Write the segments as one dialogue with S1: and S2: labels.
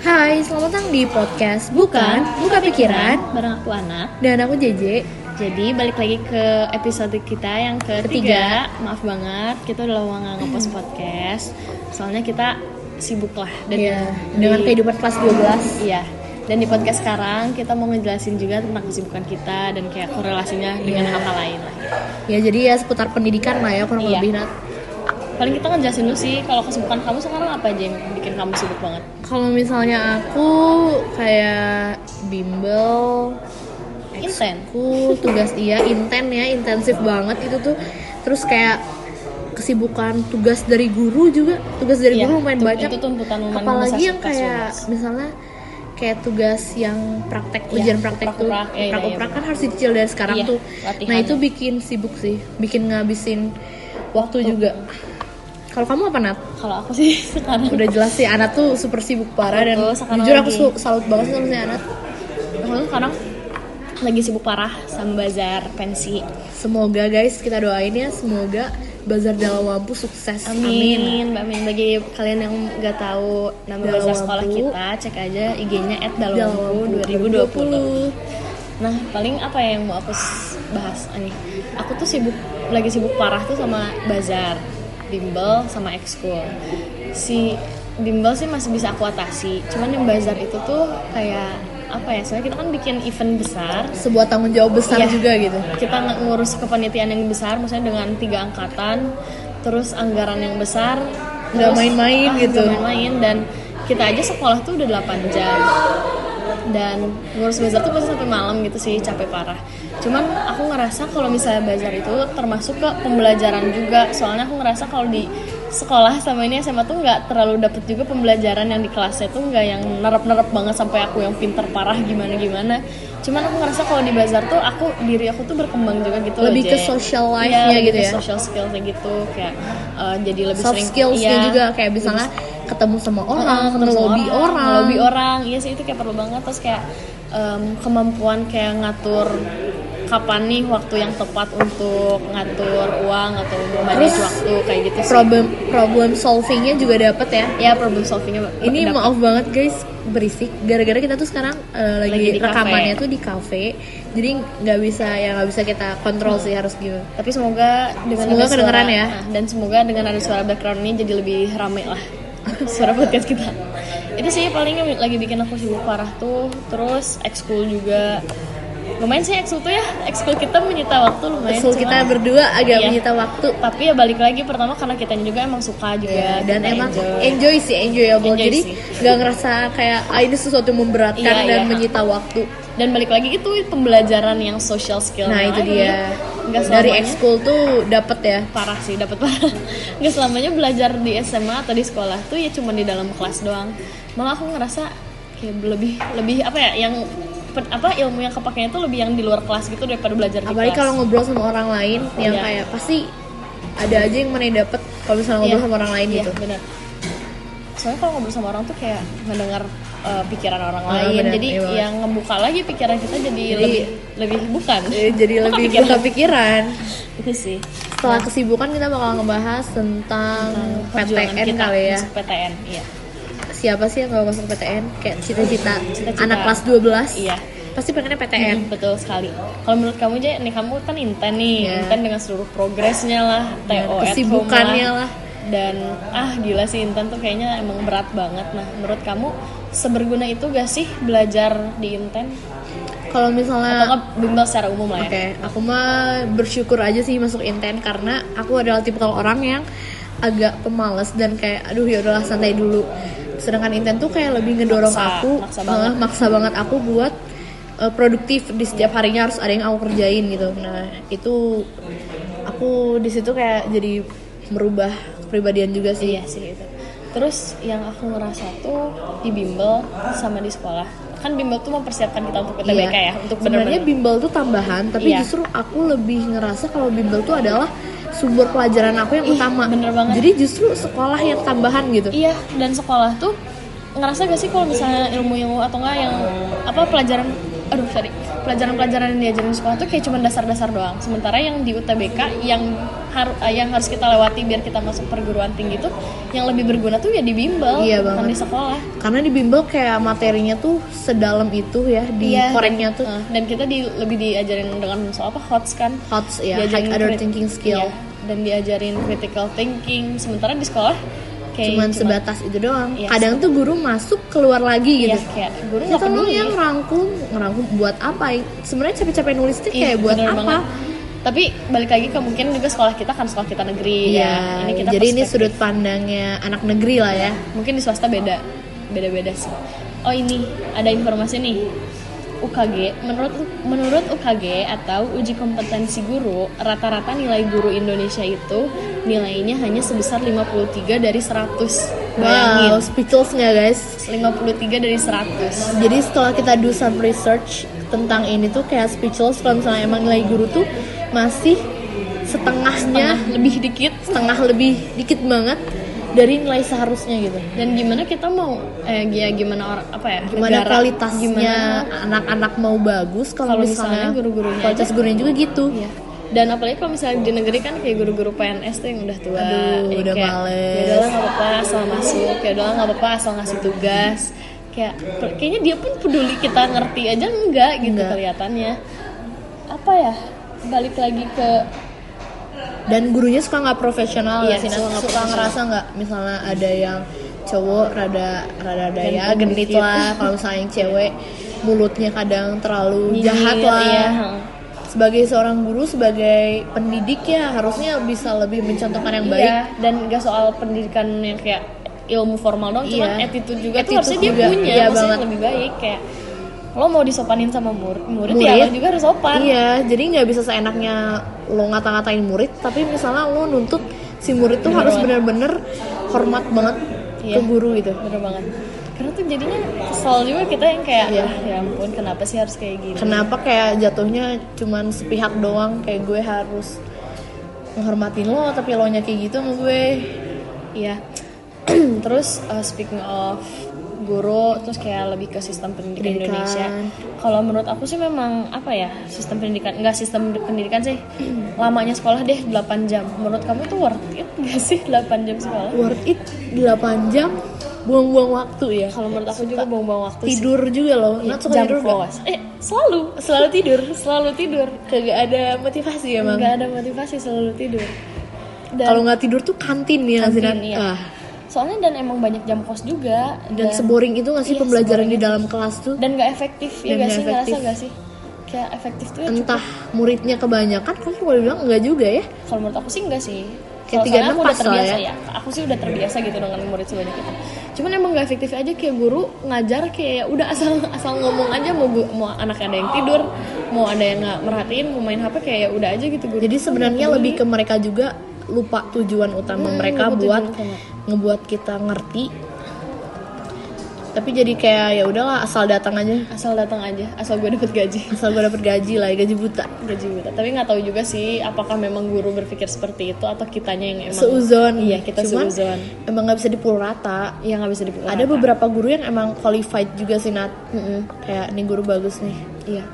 S1: Hai, selamat datang di podcast Bukan, Buka Pikiran
S2: bareng aku Ana.
S1: Dan aku JJ
S2: Jadi balik lagi ke episode kita yang ketiga. Maaf banget, kita udah lama nggak ngepost podcast. Soalnya kita sibuk lah dan
S1: Iya,
S2: di-
S1: Dengan kehidupan kelas 12
S2: Iya. Dan di podcast sekarang kita mau ngejelasin juga tentang kesibukan kita dan kayak korelasinya
S1: Iya.
S2: dengan hal-hal lain lah.
S1: Ya, jadi ya seputar pendidikan lah ya kurang
S2: Iya.
S1: lebih Nat
S2: Paling kita ngejelasin dulu sih kalau kesibukan kamu sekarang apa aja yang bikin kamu sibuk banget?
S1: Kalau misalnya aku kayak bimbel
S2: Inten.
S1: aku tugas iya inten ya intensif banget itu tuh terus kayak kesibukan tugas dari guru juga tugas dari
S2: Iya,
S1: guru lumayan
S2: tu-
S1: banyak
S2: itu tuntutan lumayan
S1: apalagi
S2: membesar
S1: yang
S2: suka
S1: kayak
S2: sulit.
S1: misalnya kayak tugas yang praktek
S2: Iya,
S1: ujian praktek tuh
S2: prakuprak, iya, iya,
S1: prakuprak
S2: iya,
S1: kan harus dicicil dari sekarang
S2: Iya,
S1: tuh nah
S2: latihan.
S1: itu bikin sibuk sih bikin ngabisin waktu
S2: Waktu.
S1: juga kalau kamu apa Nat?
S2: Kalau aku sih sekarang
S1: Udah jelas sih Anat tuh super sibuk parah dan
S2: Betul, sekarang
S1: jujur aku
S2: lagi.
S1: su- salut banget sama si Anat.
S2: aku tuh sekarang lagi sibuk parah sama bazar pensi.
S1: Semoga guys kita doain ya semoga Bazar Dalam Lampu sukses.
S2: Amin. Mbak Amin. Bagi kalian yang nggak tahu nama
S1: Dalam
S2: bazar sekolah
S1: Lampu.
S2: kita, cek aja IG-nya
S1: Dalam Lampu
S2: 2020. Nah, paling apa yang mau aku s- bahas Ah, nih? Aku tuh sibuk lagi sibuk parah tuh sama bazar, bimbel sama ekskul. Si bimbel sih masih bisa aku atasi. Cuman yang bazar itu tuh kayak apa ya? Soalnya kita kan bikin event besar,
S1: Sebuah tanggung jawab besar
S2: Iya.
S1: juga gitu.
S2: kita ng- ngurus kepanitiaan yang besar maksudnya dengan tiga angkatan terus anggaran yang besar
S1: Nggak
S2: terus-
S1: main-main
S2: ah,
S1: gitu.
S2: nggak main-main dan kita aja sekolah tuh udah 8 jam dan ngurus bazar tuh pasti sampai malam gitu sih capek parah cuman aku ngerasa kalau misalnya bazar itu termasuk ke pembelajaran juga soalnya aku ngerasa kalau di sekolah sama ini SMA tuh nggak terlalu dapet juga pembelajaran yang di kelasnya tuh nggak yang nerap-nerap banget sampai aku yang pinter parah gimana gimana cuman aku ngerasa kalau di bazar tuh aku diri aku tuh berkembang juga gitu loh,
S1: Lebih ke
S2: Jay.
S1: social life-nya
S2: Iya, lebih
S1: gitu
S2: ke
S1: ya.
S2: social skillsnya gitu kayak eh, jadi lebih
S1: Soft
S2: sering
S1: skills-nya
S2: iya,
S1: juga kayak misalnya ketemu sama orang,
S2: Heeh, ketemu
S1: ngelobi orang,
S2: ngelobi orang iya sih itu kayak perlu banget terus kayak em, kemampuan kayak ngatur kapan nih waktu yang tepat untuk ngatur uang atau manage
S1: Terus,
S2: waktu kayak gitu sih
S1: problem problem solvingnya juga dapat ya.
S2: ya problem solvingnya ba-
S1: Ini
S2: dapet.
S1: maaf banget guys berisik. Gara-gara kita tuh sekarang eh, lagi,
S2: Lagi di kafe.
S1: rekamannya tuh di kafe, jadi nggak bisa ya nggak bisa kita kontrol sih harus gimana.
S2: tapi semoga dengan
S1: Semoga
S2: ada suara-
S1: kedengeran ya.
S2: nah, dan semoga dengan ada suara background ini jadi lebih rame lah suara podcast kita itu sih paling yang lagi bikin aku sibuk parah tuh terus ekskul juga lumayan sih ekskul tuh ya ekskul kita menyita waktu lumayan
S1: Soal kita
S2: cuman-
S1: berdua agak
S2: Iya.
S1: menyita waktu.
S2: tapi ya balik lagi pertama karena kita juga emang suka juga
S1: Iya, dan
S2: kita
S1: emang
S2: Ya, enjoy.
S1: enjoy, sih enjoyable
S2: Enjoy
S1: jadi
S2: sih.
S1: nggak ngerasa kayak ah ini sesuatu yang memberatkan
S2: Iya,
S1: dan
S2: iya.
S1: menyita waktu
S2: dan balik lagi itu pembelajaran yang social skill
S1: nah itu
S2: lagi.
S1: dia
S2: nggak
S1: dari
S2: selamanya
S1: ekskul tuh dapet ya
S2: parah sih dapat parah nggak selamanya belajar di SMA atau di sekolah tuh ya cuma di dalam kelas doang malah aku ngerasa kayak lebih lebih apa ya yang pe- apa ilmu yang kepakainya tuh lebih yang di luar kelas gitu daripada belajar di
S1: apalagi
S2: kelas
S1: kalau ngobrol sama orang lain yang
S2: Iya.
S1: kayak pasti ada aja yang mana yang dapet kalau misalnya ngobrol
S2: Iya,
S1: sama orang lain
S2: iya,
S1: gitu
S2: benar. Soalnya kalau ngobrol sama orang tuh kayak mendengar uh, pikiran orang
S1: Ah,
S2: lain,
S1: benar,
S2: jadi
S1: iya banget.
S2: yang ngebuka lagi pikiran kita jadi,
S1: Jadi-
S2: lebih lebih bukan.
S1: Eh, jadi
S2: Buka
S1: lebih
S2: pikiran.
S1: buka pikiran
S2: Itu sih
S1: setelah
S2: Iya.
S1: kesibukan kita bakal ngebahas tentang
S2: eh, perjuangan
S1: PTN
S2: kita
S1: kali ya
S2: masuk PTN, iya.
S1: siapa sih yang gak masuk PTN kayak cita-cita
S2: Cita-cita.
S1: anak kelas 12
S2: Iya.
S1: pasti pengennya PTN
S2: Hmm, betul sekali. Kalau menurut kamu aja, nih kamu kan inten nih,
S1: Iya.
S2: inten dengan seluruh progresnya lah,
S1: Dan
S2: TO, at home
S1: kesibukannya lah.
S2: dan ah gila sih inten tuh kayaknya emang berat banget. Nah, menurut kamu seberguna itu gak sih belajar di inten?
S1: kalau misalnya
S2: Atau nggak bimbel secara umum lah ya?
S1: Oke, aku mah bersyukur aja sih masuk inten karena aku adalah tipikal orang yang agak pemalas dan kayak aduh ya udahlah santai dulu. Sedangkan inten tuh kayak lebih ngedorong
S2: Maksa,
S1: aku,
S2: maksa
S1: eh,
S2: banget.
S1: maksa banget aku buat eh, produktif di setiap harinya harus ada yang aku kerjain gitu. Nah itu aku di situ kayak jadi merubah kepribadian juga sih.
S2: Iya sih itu. Terus yang aku ngerasa tuh di bimbel sama di sekolah. Kan bimbel tuh mempersiapkan kita untuk PTBK ya, untuk
S1: Iya. Sebenarnya
S2: benar-benar
S1: bimbel tuh tambahan, tapi
S2: Iya.
S1: justru aku lebih ngerasa kalau bimbel tuh adalah sumber pelajaran aku yang
S2: Ih,
S1: utama.
S2: bener banget.
S1: Jadi justru sekolah yang tambahan gitu.
S2: Iya, dan sekolah tuh ngerasa gak sih kalau misalnya ilmu ilmu atau enggak yang apa pelajaran aduh sorry pelajaran-pelajaran yang diajarin di sekolah tuh kayak cuma dasar-dasar doang sementara yang di UTBK yang har- eh, yang harus kita lewati biar kita masuk perguruan tinggi tuh yang lebih berguna tuh ya di bimbel
S1: Iya
S2: bukan
S1: banget.
S2: di sekolah
S1: karena di bimbel kayak materinya tuh sedalam itu ya di
S2: Iya.
S1: koreknya tuh
S2: Eh, dan kita di, lebih diajarin dengan soal apa hots kan
S1: hots ya
S2: Diajarin
S1: other
S2: krit-
S1: thinking
S2: Iya,
S1: skill
S2: dan diajarin critical thinking sementara di sekolah kayak
S1: cuman
S2: cuma-
S1: sebatas itu doang
S2: Iya,
S1: kadang tuh guru masuk keluar lagi
S2: iya
S1: gitu
S2: kayak guru
S1: Ya
S2: nggak
S1: tolong
S2: peduli
S1: yang ngerangkum, ngerangkum buat apa? Sebenarnya capek-capek nulis tuh
S2: Iya,
S1: kayak buat
S2: bener
S1: apa?
S2: banget. tapi balik lagi ke mungkin juga sekolah kita kan sekolah kita negeri
S1: Iya.
S2: ya ini kita
S1: jadi ini
S2: perspektif.
S1: sudut pandangnya anak negeri lah ya.
S2: mungkin di swasta beda beda beda sih oh ini ada informasi nih UKG menurut menurut UKG atau uji kompetensi guru rata-rata nilai guru Indonesia itu nilainya hanya sebesar 53 dari 100
S1: Wow,
S2: bayangin
S1: speechless nggak guys?
S2: 53 dari 100
S1: Jadi setelah kita do some research tentang ini tuh kayak speechless kalau misalnya emang nilai guru tuh masih
S2: nah
S1: setengahnya,
S2: lebih dikit
S1: setengah lebih dikit banget dari nilai seharusnya gitu.
S2: dan gimana kita mau eh ya gimana orang apa ya
S1: Gimana
S2: negara,
S1: kualitasnya
S2: gimana
S1: anak-anak mau bagus kalau
S2: Kalau
S1: misalnya,
S2: misalnya guru-gurunya
S1: kualitas
S2: aja.
S1: gurunya juga gitu.
S2: Iya. Dan apalagi kalau misalnya di negeri kan kayak guru-guru PNS tuh yang udah tua,
S1: Aduh,
S2: Jadi
S1: udah
S2: kayak,
S1: males.
S2: Ya udahlah nggak apa-apa asal masuk, ya udahlah nggak apa-apa asal ngasih tugas. Kayak per- kayaknya dia pun peduli kita ngerti aja enggak gitu
S1: Enggak.
S2: kelihatannya. Apa ya? Balik lagi ke
S1: dan gurunya suka nggak profesional nggak
S2: Iya,
S1: sih Nas?
S2: suka nggak
S1: suka,
S2: profesional.
S1: ngerasa nggak misalnya ada yang cowok rada rada rada ya
S2: Genit
S1: genit
S2: dikit.
S1: lah kalau misalnya yang cewek mulutnya kadang terlalu
S2: nyinyir,
S1: jahat lah
S2: iya, heeh.
S1: sebagai seorang guru sebagai pendidik ya harusnya bisa lebih mencontohkan yang baik
S2: Iya, dan gak soal pendidikan yang kayak ilmu formal dong, cuman
S1: Iya.
S2: attitude juga tuh
S1: Attitude
S2: harusnya dia
S1: juga,
S2: punya,
S1: iya
S2: maksudnya
S1: banget.
S2: lebih baik kayak lo mau disopanin sama mur- murid,
S1: Murid.
S2: ya lo juga harus sopan.
S1: iya jadi nggak bisa seenaknya lo ngata-ngatain murid tapi misalnya lo nuntut si murid tuh
S2: Bener
S1: harus
S2: banget.
S1: bener-bener hormat banget
S2: Iya.
S1: ke guru gitu
S2: bener banget karena tuh jadinya kesel juga kita yang kayak
S1: Iya.
S2: "Ah, ya ampun kenapa sih harus kayak gini
S1: kenapa kayak jatuhnya cuman sepihak doang kayak gue harus menghormatin lo tapi lo nya kayak gitu sama gue
S2: iya terus uh, speaking of guru terus kayak lebih ke sistem pendidikan,
S1: Pendidikan.
S2: Indonesia kalau menurut aku sih memang apa ya sistem pendidikan enggak sistem pendidikan sih lamanya sekolah deh 8 jam menurut kamu tuh worth it gak sih 8 jam sekolah
S1: worth it 8 jam buang-buang waktu ya
S2: kalau menurut aku juga buang-buang waktu sih.
S1: tidur juga lo
S2: Iya,
S1: Nat suka
S2: jam
S1: tidur gak?
S2: kelas eh selalu
S1: selalu tidur
S2: selalu tidur
S1: kagak ada motivasi emang
S2: nggak ada motivasi selalu tidur Dan-
S1: kalau nggak tidur tuh kantin ya nggak sih, Nat?
S2: Kantin, iya.
S1: Ah,
S2: soalnya dan emang banyak jam kos juga
S1: dan seboring itu nggak sih
S2: Iya,
S1: pembelajaran
S2: seboring
S1: di
S2: itu.
S1: dalam kelas tuh
S2: dan nggak efektif
S1: Dan
S2: ya gak
S1: nggak
S2: sih ngerasa
S1: efektif.
S2: gak sih kayak efektif tuh ya cukup.
S1: entah muridnya kebanyakan kan kalau boleh bilang nggak juga ya
S2: kalau menurut aku sih enggak sih
S1: Kayak
S2: Kalau
S1: tiga
S2: soalnya aku udah
S1: napas lah
S2: terbiasa
S1: ya.
S2: ya. aku sih udah terbiasa gitu dengan murid sebanyak itu cuman emang gak efektif aja kayak guru ngajar kayak udah asal asal ngomong aja mau gu- mau anak ada yang tidur mau ada yang nggak merhatiin mau main hp kayak udah aja gitu guru
S1: Jadi sebenarnya lebih ke mereka juga lupa tujuan utama
S2: Hmm,
S1: mereka
S2: lupa tujuan
S1: buat
S2: utama.
S1: ngebuat kita ngerti. Tapi jadi kayak ya udahlah asal datang aja,
S2: asal datang aja asal gue dapet gaji
S1: asal gue dapet gaji lah, gaji buta.
S2: gaji buta tapi nggak tahu juga sih apakah memang guru berpikir seperti itu atau kitanya yang emang
S1: Seuzon.
S2: iya kita
S1: Cuman,
S2: seuzon
S1: Emang nggak bisa dipukul rata.
S2: ya nggak bisa dipukul
S1: Ada
S2: rata.
S1: beberapa guru yang emang qualified juga sih Nat.
S2: Mm-mm.
S1: Kayak nih guru bagus nih.
S2: iya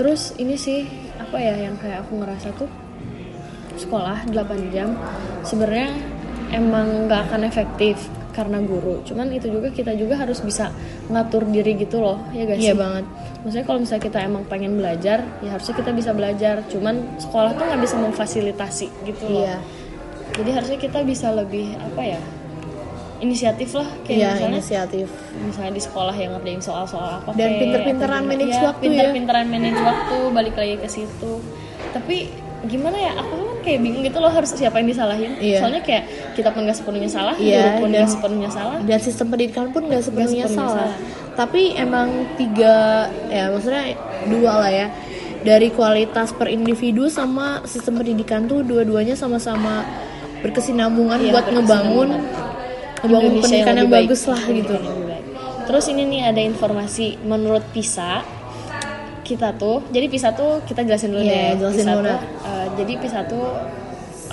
S2: terus ini sih apa ya yang kayak aku ngerasa tuh sekolah 8 jam sebenarnya emang nggak akan efektif karena guru cuman itu juga kita juga harus bisa ngatur diri gitu loh ya guys
S1: Iya banget.
S2: maksudnya kalau misalnya kita emang pengen belajar ya harusnya kita bisa belajar cuman sekolah tuh nggak bisa memfasilitasi gitu loh
S1: Iya.
S2: jadi harusnya kita bisa lebih apa ya inisiatif lah kayak
S1: Iya
S2: misalnya
S1: inisiatif.
S2: misalnya di sekolah yang ngerjain soal-soal apa
S1: Dan
S2: kek,
S1: pinter-pinteran
S2: atau gimana.
S1: manage
S2: Iya,
S1: waktu ya.
S2: pinter-pinteran manage waktu balik lagi ke situ tapi gimana ya aku tuh kan kayak bingung gitu loh harus siapa yang disalahin
S1: Iya.
S2: soalnya kayak kita pun gak sepenuhnya salah
S1: Iya,
S2: guru pun
S1: dan-
S2: gak sepenuhnya salah
S1: dan sistem pendidikan pun nggak sepenuhnya
S2: Nggak sepenuhnya
S1: salah.
S2: salah.
S1: Tapi emang tiga ya maksudnya dua lah ya dari kualitas per individu sama sistem pendidikan tuh dua-duanya sama-sama berkesinambungan
S2: Iya,
S1: buat ngebangun ngebangun
S2: Indonesia
S1: pendidikan yang,
S2: lebih baik.
S1: bagus lah gitu.
S2: Pendidikan yang lebih baik. Terus ini nih ada informasi menurut PISA kita tuh, jadi PISA tuh kita jelasin dulu
S1: Iya,
S2: deh.
S1: jelasin
S2: PISA
S1: dulu,
S2: tuh,
S1: Nat.
S2: eh, jadi PISA tuh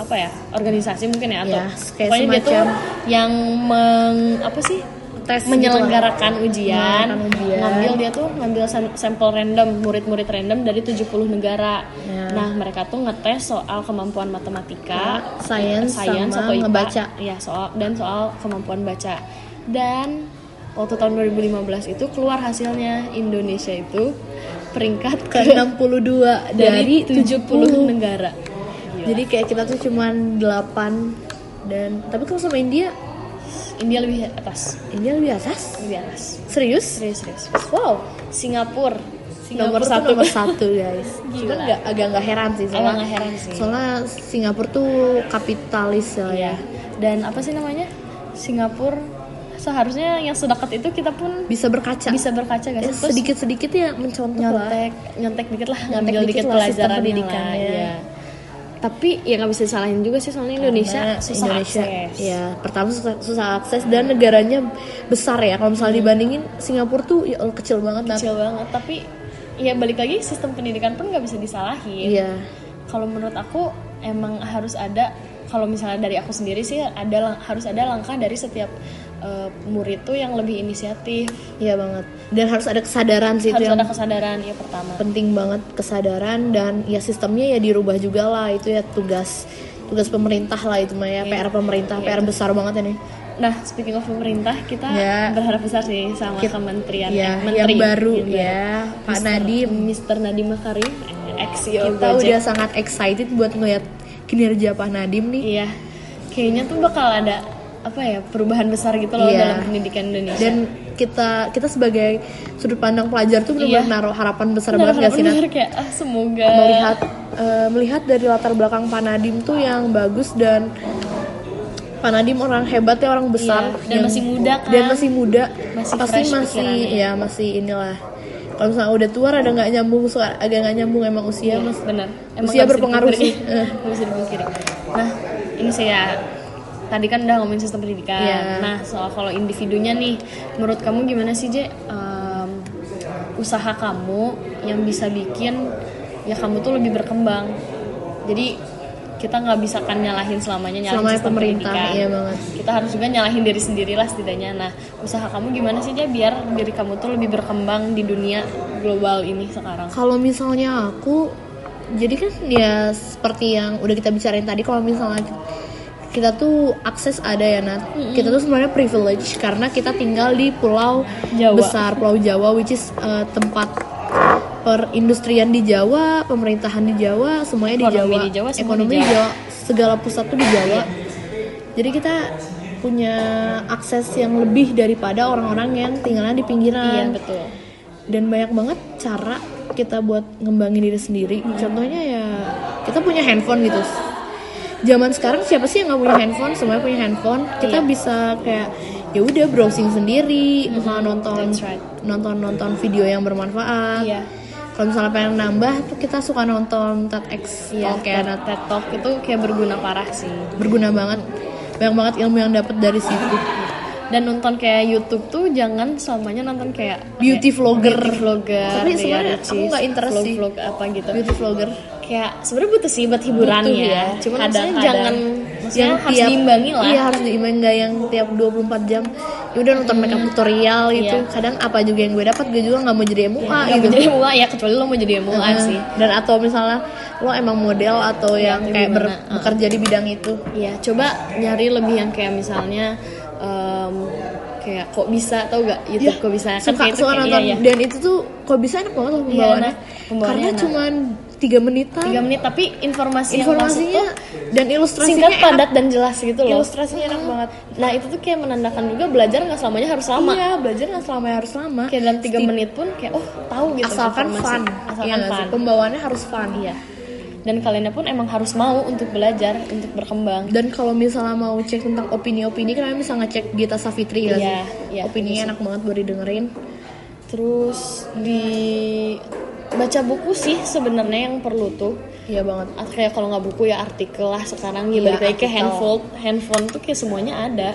S2: apa ya organisasi mungkin ya atau
S1: Iya, kayak
S2: pokoknya dia tuh
S1: semacam-
S2: yang meng, apa sih
S1: tes gitu
S2: menyelenggarakan ujian,
S1: Menyelenggarakan ujian.
S2: ngambil dia tuh ngambil sam- sampel random murid-murid random dari 70 negara.
S1: Ya.
S2: Nah, mereka tuh ngetes soal kemampuan matematika,
S1: Ya, science
S2: science
S1: sama
S2: atau IPA.
S1: ngebaca.
S2: Ya, soal dan soal kemampuan baca. Dan waktu tahun 2015 itu keluar hasilnya Indonesia itu peringkat
S1: ke
S2: ke
S1: 62 dari
S2: dari 70
S1: 70
S2: negara.
S1: Jadi kayak kita tuh cuman 8 dan tapi kalau sama India,
S2: India lebih atas,
S1: India lebih atas.
S2: lebih atas.
S1: Serius?
S2: Serius, serius.
S1: Wow.
S2: Singapura,
S1: Singapura
S2: nomor
S1: tuh
S2: satu.
S1: nomor satu guys. Cuman
S2: Gila.
S1: nggak- agak nggak heran sih soalnya.
S2: Agak nggak heran sih.
S1: Soalnya Singapura tuh kapitalis lah ya.
S2: Iya. Dan apa sih namanya? Singapura seharusnya yang sedekat itu kita pun
S1: Bisa berkaca.
S2: bisa berkaca gak
S1: Ya,
S2: sih? Terus
S1: sedikit-sedikit ya mencontoh lah.
S2: nyontek, nyontek dikit lah, ngambil
S1: dikit
S2: dikit,
S1: lah sistem
S2: pelajaran iya.
S1: pendidikannya.
S2: Tapi ya nggak bisa disalahin juga sih soalnya Indonesia
S1: Karena
S2: susah
S1: Indonesia,
S2: akses. Iya.
S1: Ya, pertama susah, susah akses dan negaranya besar ya. Kalau misalnya dibandingin Singapura tuh ya Allah, kecil banget. Nat.
S2: Hmm. Nah, Kecil banget, tapi ya balik lagi sistem pendidikan pun nggak bisa disalahin.
S1: Iya.
S2: Kalau menurut aku emang harus ada kalau misalnya dari aku sendiri sih ada lang- harus ada langkah dari setiap eh, murid tuh yang lebih inisiatif,
S1: Iya banget. Dan harus ada kesadaran sih itu yang
S2: harus ada kesadaran ya pertama.
S1: penting banget kesadaran dan ya sistemnya ya dirubah juga lah itu ya tugas tugas pemerintah lah itu mah ya
S2: Iya.
S1: PR pemerintah PR besar banget ini
S2: Nah, speaking of pemerintah, kita
S1: Ya.
S2: berharap besar sih sama
S1: Kita-
S2: kementerian
S1: ya
S2: eh, menteri
S1: yang baru
S2: Iya. yang baru. iya.
S1: ya Pak
S2: Mister-
S1: Nadiem
S2: Mr. Nadiem Makarim, eh, ex CEO
S1: kita
S2: Gojek.
S1: udah sangat excited buat ngeliat kinerja Pak Nadiem nih
S2: Iya. Kayaknya tuh bakal ada apa ya, perubahan besar gitu loh
S1: Iya.
S2: dalam pendidikan Indonesia.
S1: dan kita kita sebagai sudut pandang pelajar tuh benar-benar
S2: Iya.
S1: naruh harapan besar
S2: Benar,
S1: banget gak sih Nat?
S2: benar, kayak ah, semoga
S1: melihat eh, melihat dari latar belakang Pak Nadiem tuh yang bagus dan Pak Nadiem orang hebat ya orang besar
S2: Iya, dan
S1: yang-
S2: masih muda, kan?
S1: dan masih muda
S2: Masih
S1: pasti
S2: fresh
S1: masih
S2: pikirannya.
S1: ya masih inilah kalau misalnya udah tua ada nggak nyambung suara agak nggak nyambung emang
S2: Iya.
S1: usia mas
S2: benar.
S1: usia
S2: nggak bisa
S1: berpengaruh sih.
S2: dipungkiri. Nggak bisa dipungkiri. Nah, ini saya tadi kan udah ngomongin sistem pendidikan.
S1: Iya.
S2: Nah, soal kalau individunya nih, menurut kamu gimana sih, Je? Em, usaha kamu yang bisa bikin ya kamu tuh lebih berkembang. Jadi kita nggak bisa kan nyalahin selamanya nyalahin
S1: Selamanya
S2: sistem
S1: pemerintah,
S2: pendidikan.
S1: iya banget.
S2: Kita harus juga nyalahin diri sendiri lah setidaknya. Nah, usaha kamu gimana sih, Je, biar diri kamu tuh lebih berkembang di dunia global ini sekarang?
S1: kalau misalnya aku jadi kan ya seperti yang udah kita bicarain tadi kalau misalnya kita tuh akses ada ya Nat kita tuh sebenarnya privilege karena kita tinggal di pulau
S2: Jawa.
S1: besar pulau Jawa which is eh, tempat perindustrian di Jawa pemerintahan di Jawa semuanya di
S2: Ekonomi
S1: Jawa
S2: di Jawa, semua
S1: ekonomi
S2: di
S1: di
S2: Jawa.
S1: Jawa segala pusat tuh di Jawa jadi kita punya akses yang lebih daripada orang-orang yang tinggalnya di
S2: Iya,
S1: pinggiran
S2: betul.
S1: dan banyak banget cara kita buat ngembangin diri sendiri contohnya ya kita punya handphone gitu zaman sekarang siapa sih yang nggak punya handphone semuanya punya handphone kita
S2: Iya. Mm-hmm.
S1: bisa kayak ya udah browsing sendiri misalnya nonton
S2: that's right.
S1: nonton nonton video yang bermanfaat
S2: Iya.
S1: kalau misalnya pengen nambah tuh kita suka nonton TEDx
S2: Iya,
S1: oke nah,
S2: TED, TED Talk itu kayak berguna parah sih.
S1: berguna banget banyak banget ilmu yang dapat dari situ
S2: Iya. Dan nonton kayak YouTube tuh jangan selamanya nonton kayak
S1: beauty vlogger
S2: beauty vlogger,
S1: Tapi
S2: Ria
S1: sebenarnya
S2: Ricis,
S1: aku nggak interest sih.
S2: vlog-vlog apa gitu.
S1: beauty vlogger
S2: Kayak sebenarnya butuh sih buat hiburan
S1: Butuh
S2: ya.
S1: ya.
S2: Cuman
S1: Kadang-kadang.
S2: maksudnya jangan maksudnya
S1: yang
S2: harus
S1: tiap-
S2: diimbangi lah.
S1: Iya harus diimbangi nggak yang tiap 24 jam. Ya udah nonton makeup tutorial gitu.
S2: Hmm. Iya.
S1: Kadang apa juga yang gue dapat gue juga nggak mau jadi MUA
S2: Nggak
S1: gitu.
S2: mau jadi MUA ya kecuali lo mau jadi MUA sih.
S1: Dan atau misalnya lo emang model atau yang
S2: atau
S1: kayak ber-
S2: gimana, uh.
S1: bekerja di bidang itu.
S2: Iya, coba nyari lebih yang kayak misalnya em, kayak kok bisa tau gak YouTube kok
S1: Iya.
S2: bisa
S1: Suka,
S2: Nah, kayak itu
S1: suka
S2: kayak-
S1: nonton
S2: iya, iya.
S1: dan itu tuh kok bisa enak banget loh pembawaannya.
S2: enak. Pembawaannya
S1: Karena
S2: enak.
S1: cuman 3 menitan.
S2: tiga menit tapi informasi yang masuk
S1: informasinya
S2: tuh
S1: dan ilustrasinya
S2: singkat
S1: enak.
S2: padat dan jelas gitu loh
S1: Ilustrasinya enak banget.
S2: nah itu tuh kayak menandakan juga belajar nggak selamanya harus lama
S1: Iya, belajar nggak selama harus lama.
S2: kayak dalam tiga menit pun kayak oh tahu gitu
S1: asalkan
S2: informasi.
S1: fun Iya
S2: asalkan
S1: nggak sih?
S2: fun
S1: pembawaannya harus fun
S2: iya dan kalian pun emang harus mau untuk belajar untuk berkembang
S1: dan kalau misalnya mau cek tentang opini-opini kan kalian bisa ngecek Gita Savitri ya
S2: Iya,
S1: sih
S2: iya,
S1: opininya enak banget buat didengerin
S2: terus di baca buku sih sebenarnya yang perlu tuh
S1: iya banget
S2: Atau kayak kalau nggak buku ya artikel lah sekarang ya
S1: Iya,
S2: balik lagi ke
S1: artikel.
S2: handphone handphone tuh kayak semuanya ada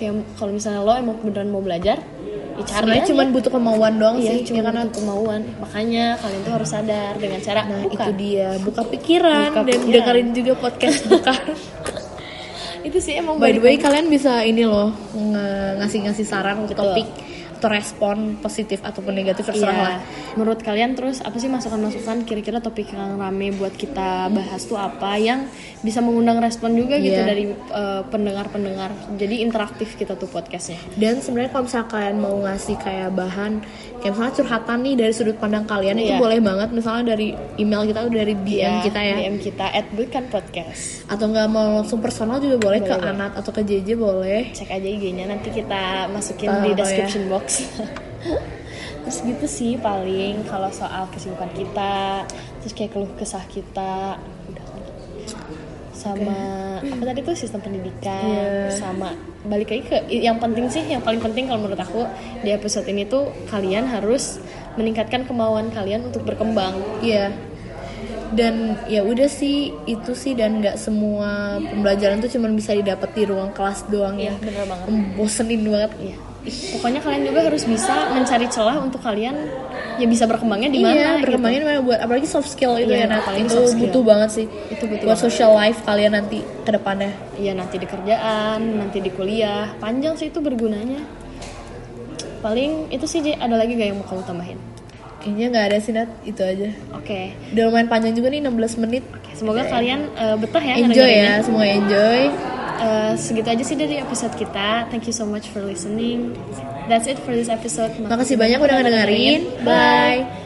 S2: kayak kalau misalnya lo emang beneran mau belajar ya cari
S1: sebenarnya
S2: aja.
S1: cuma butuh kemauan doang
S2: Iya,
S1: sih
S2: cuma
S1: ya karena
S2: butuh kemauan. Makanya kalian tuh harus sadar dengan cara
S1: nah
S2: buka.
S1: itu dia buka pikiran
S2: Buka
S1: dan
S2: pikiran.
S1: dengerin juga podcast buka
S2: Itu sih emang
S1: by the way
S2: balik
S1: kalian bisa ini loh nge- ngasih ngasih-ngasih saran
S2: Betul.
S1: topik atau respon positif ataupun negatif terserah
S2: Iya.
S1: lah
S2: Menurut kalian terus apa sih masukan-masukan kira-kira topik yang rame buat kita bahas tuh apa yang bisa mengundang respon juga gitu
S1: Iya.
S2: dari eh, pendengar-pendengar. Jadi interaktif kita tuh podcastnya.
S1: dan sebenarnya kalau misalnya kalian mau ngasih kayak bahan kayak misalnya curhatan nih dari sudut pandang kalian itu
S2: Iya.
S1: boleh banget misalnya dari email kita atau dari DM
S2: Iya,
S1: kita ya
S2: DM kita at bukan podcast.
S1: atau nggak mau langsung personal juga boleh,
S2: Boleh,
S1: ke
S2: boleh.
S1: Anat atau ke JJ boleh
S2: Cek aja IG-nya nanti kita masukin
S1: Oh, oh,
S2: di description box. terus gitu sih paling kalau soal kesibukan kita, terus kayak keluh kesah kita, udah kan. sama apa tadi tuh sistem pendidikan
S1: Iya.
S2: sama balik lagi ke yang penting sih yang paling penting kalau menurut aku di episode ini tuh kalian harus meningkatkan kemauan kalian untuk berkembang
S1: Iya. Dan ya udah sih itu sih dan nggak semua pembelajaran tuh cuman bisa didapat di ruang kelas doang ya.
S2: Iya, bener banget.
S1: Bosenin banget.
S2: Iya. Pokoknya kalian juga harus bisa mencari celah untuk kalian ya bisa berkembangnya di mana.
S1: iya,
S2: gitu.
S1: berkembangnya dimana buat apalagi soft skill itu ya
S2: Iya,
S1: Nat.
S2: apalagi
S1: Itu
S2: soft skill.
S1: butuh banget sih.
S2: Itu butuh
S1: buat
S2: banget.
S1: social life kalian nanti ke depannya.
S2: Iya nanti di kerjaan, nanti di kuliah, panjang sih itu bergunanya. Paling itu sih Ji. ada lagi gak yang mau kamu tambahin?
S1: Kayaknya nggak ada sih Nat, itu aja.
S2: Oke.
S1: Udah lumayan panjang juga nih 16 menit.
S2: Oke, Semoga kalian eh, betah ya
S1: Enjoy
S2: ngedengerinnya.
S1: ya, semua enjoy.
S2: Eh, segitu aja sih dari episode kita. Thank you so much for listening. That's it for this episode.
S1: Makasih banyak udah ngedengerin.
S2: Bye.
S1: Bye.